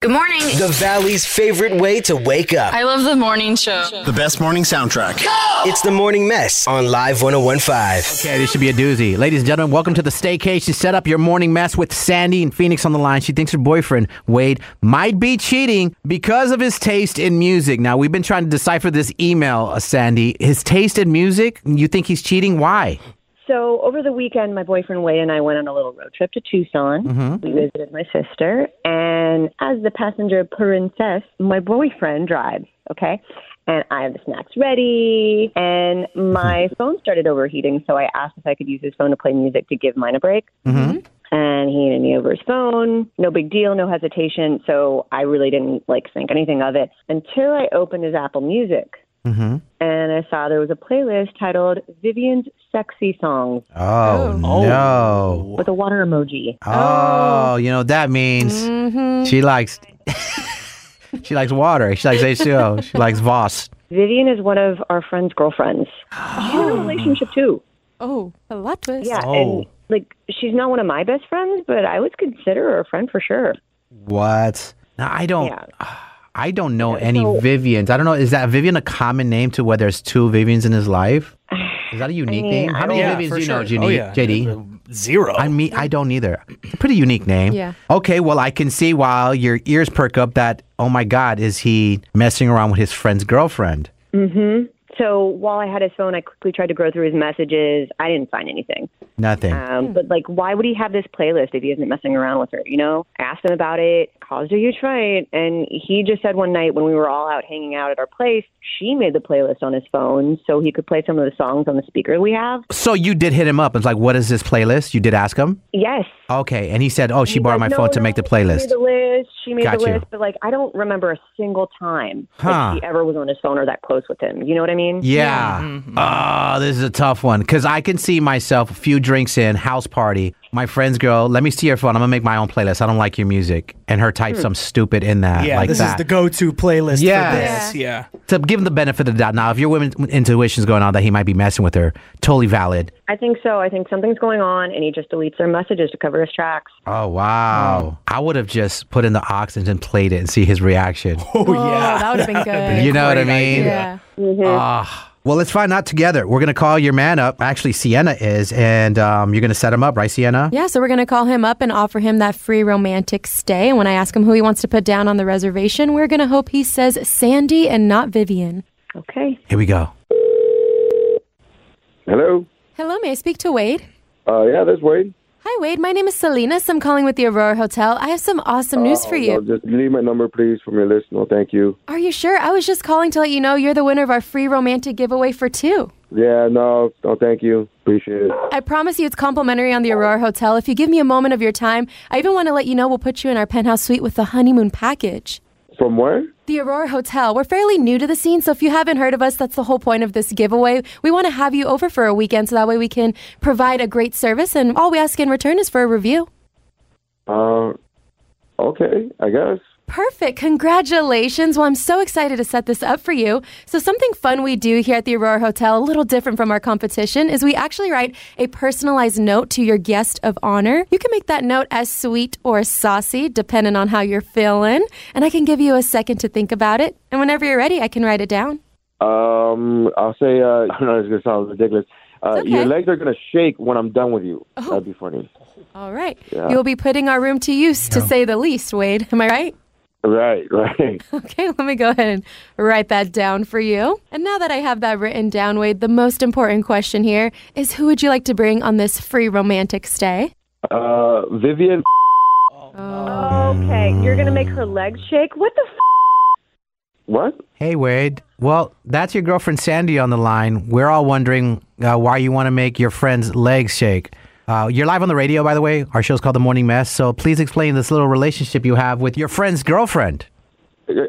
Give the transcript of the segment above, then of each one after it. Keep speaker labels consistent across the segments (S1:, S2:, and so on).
S1: Good morning.
S2: The Valley's favorite way to wake up.
S1: I love the morning show.
S3: The best morning soundtrack.
S2: It's the Morning Mess on Live 1015.
S4: Okay, this should be a doozy. Ladies and gentlemen, welcome to the staycation. Set up your morning mess with Sandy and Phoenix on the line. She thinks her boyfriend, Wade, might be cheating because of his taste in music. Now, we've been trying to decipher this email, uh, Sandy. His taste in music? You think he's cheating? Why?
S5: So over the weekend, my boyfriend Wade and I went on a little road trip to Tucson. We visited my sister, and as the passenger princess, my boyfriend drives. Okay, and I have the snacks ready, and my phone started overheating, so I asked if I could use his phone to play music to give mine a break. And he handed me over his phone. No big deal, no hesitation. So I really didn't like think anything of it until I opened his Apple Music. And I saw there was a playlist titled Vivian's Sexy Songs
S4: Oh, no.
S5: with a water emoji.
S4: Oh, you know what that means? She likes. She likes water. She likes H2O. She likes Voss.
S5: Vivian is one of our friend's girlfriends. She's in a relationship too.
S6: Oh, a lot twist.
S5: Yeah,
S4: Oh.
S5: and like she's not one of my best friends, but I would consider her a friend for sure.
S4: What? Now I don't.
S5: Yeah.
S4: I don't know any
S5: so-
S4: Vivians. I don't know. Is that Vivian a common name to where there's two Vivians in his life? Is that a unique
S5: mean,
S4: name?
S5: I
S4: How many
S5: don't-
S4: Vivians
S3: for
S4: do you know,
S3: sure.
S4: Jeannie,
S3: Oh, yeah.
S4: JD?
S3: Zero.
S4: I mean, I don't either. Pretty unique name.
S6: Yeah.
S4: Okay. Well, I can see while your ears perk up that oh my God, is he messing around with his friend's girlfriend?
S5: So while I had his phone, I quickly tried to go through his messages. I didn't find anything.
S4: Nothing.
S5: Um,
S6: Hmm.
S5: But like, why would he have this playlist if he isn't messing around with her? You know, I asked him about it. Caused her you try it, and he just said one night when we were all out hanging out at our place, she made the playlist on his phone so he could play some of the songs on the speaker we have.
S4: so you did hit him up. It's like, what is this playlist? You did ask him.
S5: Yes,
S4: Okay, and he said, oh, she
S5: He's
S4: borrowed
S5: like,
S4: my
S5: "No,
S4: phone to
S5: no,
S4: make the
S5: She
S4: playlist.
S5: made the list. She made
S4: Got
S5: the
S4: you.
S5: list, but like I don't remember a single time
S4: Huh.
S5: that she ever was on his phone or that close with him. You know what I mean?
S4: Yeah. Oh, this is a tough one because I can see myself a few drinks in, house party. My friend's girl, let me see your phone. I'm going to make my own playlist. I don't like your music. And her type some stupid in that.
S3: yeah,
S4: like
S3: this is
S4: that.
S3: the go-to playlist
S4: Yes.
S3: for this. Yeah.
S4: to give him the benefit of the doubt. Now, if your women's intuition's going on that he might be messing with her, totally valid.
S5: I think so. I think something's going on, and he just deletes their messages to cover his tracks.
S4: Oh, wow. Mm. I would have just put in the oxygen and played it and see his reaction.
S3: Oh, yeah.
S6: that would have been good.
S4: you know what I
S3: great
S4: mean?
S3: idea.
S6: Yeah.
S4: Ah. well, let's find out together. We're going to call your man up. Actually, Sienna is, and um, you're going to set him up, right, Sienna?
S6: Yeah, so we're going to call him up and offer him that free romantic stay. And when I ask him who he wants to put down on the reservation, we're going to hope he says Sandy and not Vivian.
S5: Okay.
S4: Here we go.
S7: Hello.
S6: Hello, may I speak to Wade?
S7: Uh, yeah, this Wade.
S6: Hi, Wade. My name is Salinas. I'm calling with the Aurora Hotel. I have some awesome news for
S7: No,
S6: you.
S7: just leave my number, please, from your list. No, thank you.
S6: Are you sure? I was just calling to let you know you're the winner of our free romantic giveaway for two.
S7: Yeah, no, no, thank you. Appreciate it.
S6: I promise you it's complimentary on the Aurora Hotel. If you give me a moment of your time, I even want to let you know we'll put you in our penthouse suite with the honeymoon package.
S7: From where?
S6: The Aurora Hotel. We're fairly new to the scene, so if you haven't heard of us, that's the whole point of this giveaway. We want to have you over for a weekend so that way we can provide a great service, and all we ask in return is for a review.
S7: Uh, okay, I guess.
S6: Perfect. Congratulations. Well, I'm so excited to set this up for you. So, something fun we do here at the Aurora Hotel, a little different from our competition, is we actually write a personalized note to your guest of honor. You can make that note as sweet or saucy, depending on how you're feeling. And I can give you a second to think about it. And whenever you're ready, I can write it down.
S7: Um, I'll say. Uh, I don't know. It's gonna sound ridiculous. Uh,
S6: It's
S7: Your
S6: okay.
S7: legs are gonna shake when I'm done with you.
S5: Oh.
S7: That'd be funny.
S6: All right.
S7: Yeah.
S6: You will be putting our room to use, to say the least, Wade. Am I right?
S7: Right, right.
S6: Okay, let me go ahead and write that down for you. And now that I have that written down, Wade, the most important question here is who would you like to bring on this free romantic stay? Oh,
S7: Uh, Vivian, Oh,
S5: Okay, you're gonna make her legs shake. What the? F-
S7: what?
S4: Hey, Wade. Well, that's your girlfriend Sandy on the line. We're all wondering uh, why you want to make your friend's legs shake. Uh, you're live on the radio, by the way. Our show's called The Morning Mess. So please explain this little relationship you have with your friend's girlfriend.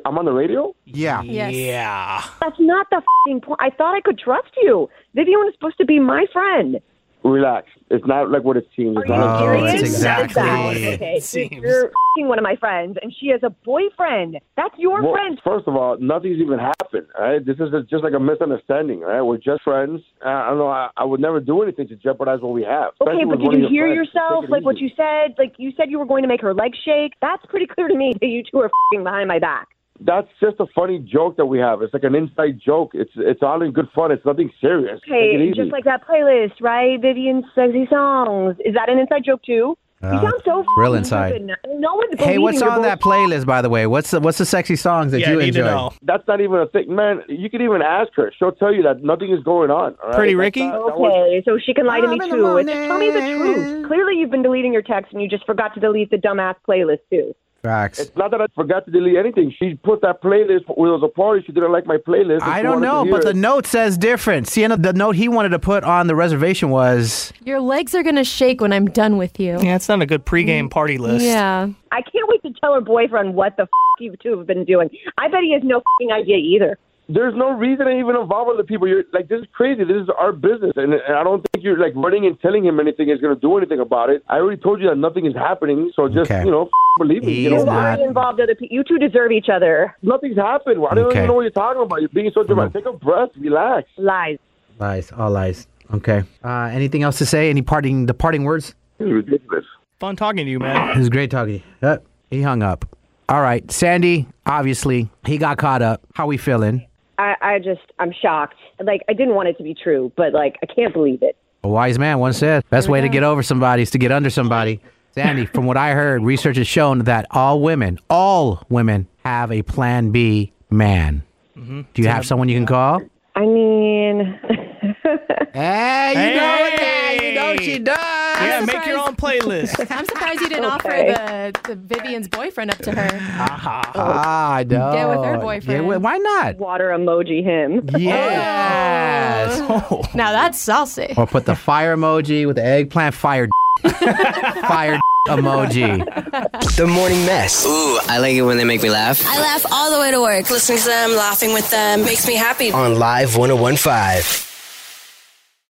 S7: I'm on the radio.
S4: Yeah.
S6: Yes.
S5: that's not the fing point. I thought I could trust you. Vivian was supposed to be my friend.
S7: Relax. It's not like what it seems. It's not-
S4: Oh,
S5: Serious?
S4: it's exactly what it
S5: Okay, you're fing one of my friends, and she has a boyfriend. That's your
S7: Well,
S5: friend.
S7: First of all, nothing's even happened. All right, this is a, just like a misunderstanding. All right, we're just friends. Uh, I don't know. I, I would never do anything to jeopardize what we have.
S5: Okay,
S7: especially
S5: but
S7: with
S5: did
S7: one of
S5: you
S7: your
S5: hear
S7: friends.
S5: yourself?
S7: Take it
S5: Like what
S7: easy.
S5: you said? Like you said you were going to make her legs shake. That's pretty clear to me that you two are fing behind my back.
S7: That's just a funny joke that we have. It's like an inside joke. It's it's all in good fun. It's nothing serious. Take it
S5: Okay,
S7: easy.
S5: just like that playlist, right? Vivian's sexy songs. Is that an inside joke too?
S4: Uh,
S5: you sound so
S4: it's real
S5: f***ing
S4: inside.
S5: stupid now. No one's
S4: Hey,
S5: believing
S4: what's
S5: your
S4: on that
S5: bullshit.
S4: playlist, by the way? What's the, what's the sexy songs that
S3: Yeah,
S4: you
S3: I need
S4: enjoy?
S3: to know.
S7: That's not even a thing, man. You can even ask her. She'll tell you that nothing is going on. all right?
S3: Pretty
S7: That's
S3: Ricky?
S7: not- that was-
S5: Okay, so she can lie to me
S4: I'm in the
S5: too. It's- Tell me the
S4: morning.
S5: truth. Clearly, you've been deleting your texts and you just forgot to delete the dumbass playlist too.
S4: Facts.
S7: It's not that I forgot to delete anything. She put that playlist. It was a party. She didn't like my playlist. and
S4: I
S7: she
S4: don't
S7: wanted to
S4: know,
S7: hear
S4: but
S7: it.
S4: the note says different. Sienna, the note he wanted to put on the reservation was
S6: Your legs are going to shake when I'm done with you.
S3: Yeah, it's not a good pregame party list.
S6: Mm, Yeah.
S5: I can't wait to tell her boyfriend what the f- you two have been doing. I bet he has no f***ing idea either.
S7: there's no reason to even involve other people. You're like, this is crazy. This is our business, and, and I don't think you're like running and telling him anything is going to do anything about it. I already told you that nothing is happening, so just
S4: Okay.
S7: you know, f- believe me. You
S4: He's
S7: know,
S4: not-
S5: Why involved other people? You two deserve each other.
S7: nothing's happened. I don't
S4: Okay.
S7: even know what you're talking about. You're being so dramatic. Take a breath, relax.
S5: Lies.
S4: lies, all lies. Okay. Uh, anything else to say? Any parting departing words?
S7: This is ridiculous.
S3: Fun talking to you, man.
S4: It was great talking. to you. Uh, he hung up. All right, Sandy. Obviously, he got caught up. How we feeling?
S5: I, I just, I'm shocked. Like, I didn't want it to be true, but like, I can't believe it.
S4: A wise man once said, "Best way to get over somebody is to get under somebody." Sandy, from what I heard, research has shown that all women, all women, have a Plan B man.
S3: Mm-hmm.
S4: Do you have someone you can call?
S5: I mean,
S4: Hey, you know it.
S3: Hey!
S4: You know she does.
S3: Yeah,
S6: I'm
S3: make your
S6: surprised.
S3: own playlist.
S6: I'm surprised you didn't
S5: Okay.
S6: offer the, the Vivian's boyfriend up to her.
S4: Ah, I know.
S6: Get with her
S4: Yeah,
S6: boyfriend.
S4: wh- why not?
S5: water emoji him.
S4: Yes.
S6: Oh.
S4: Oh.
S6: Now that's saucy.
S4: Or put the fire emoji with the eggplant fire. fire emoji.
S2: The Morning Mess. Ooh, I like it when they make me laugh.
S1: I laugh all the way to work. Listening to them, laughing with them makes me happy.
S2: On Live 1015.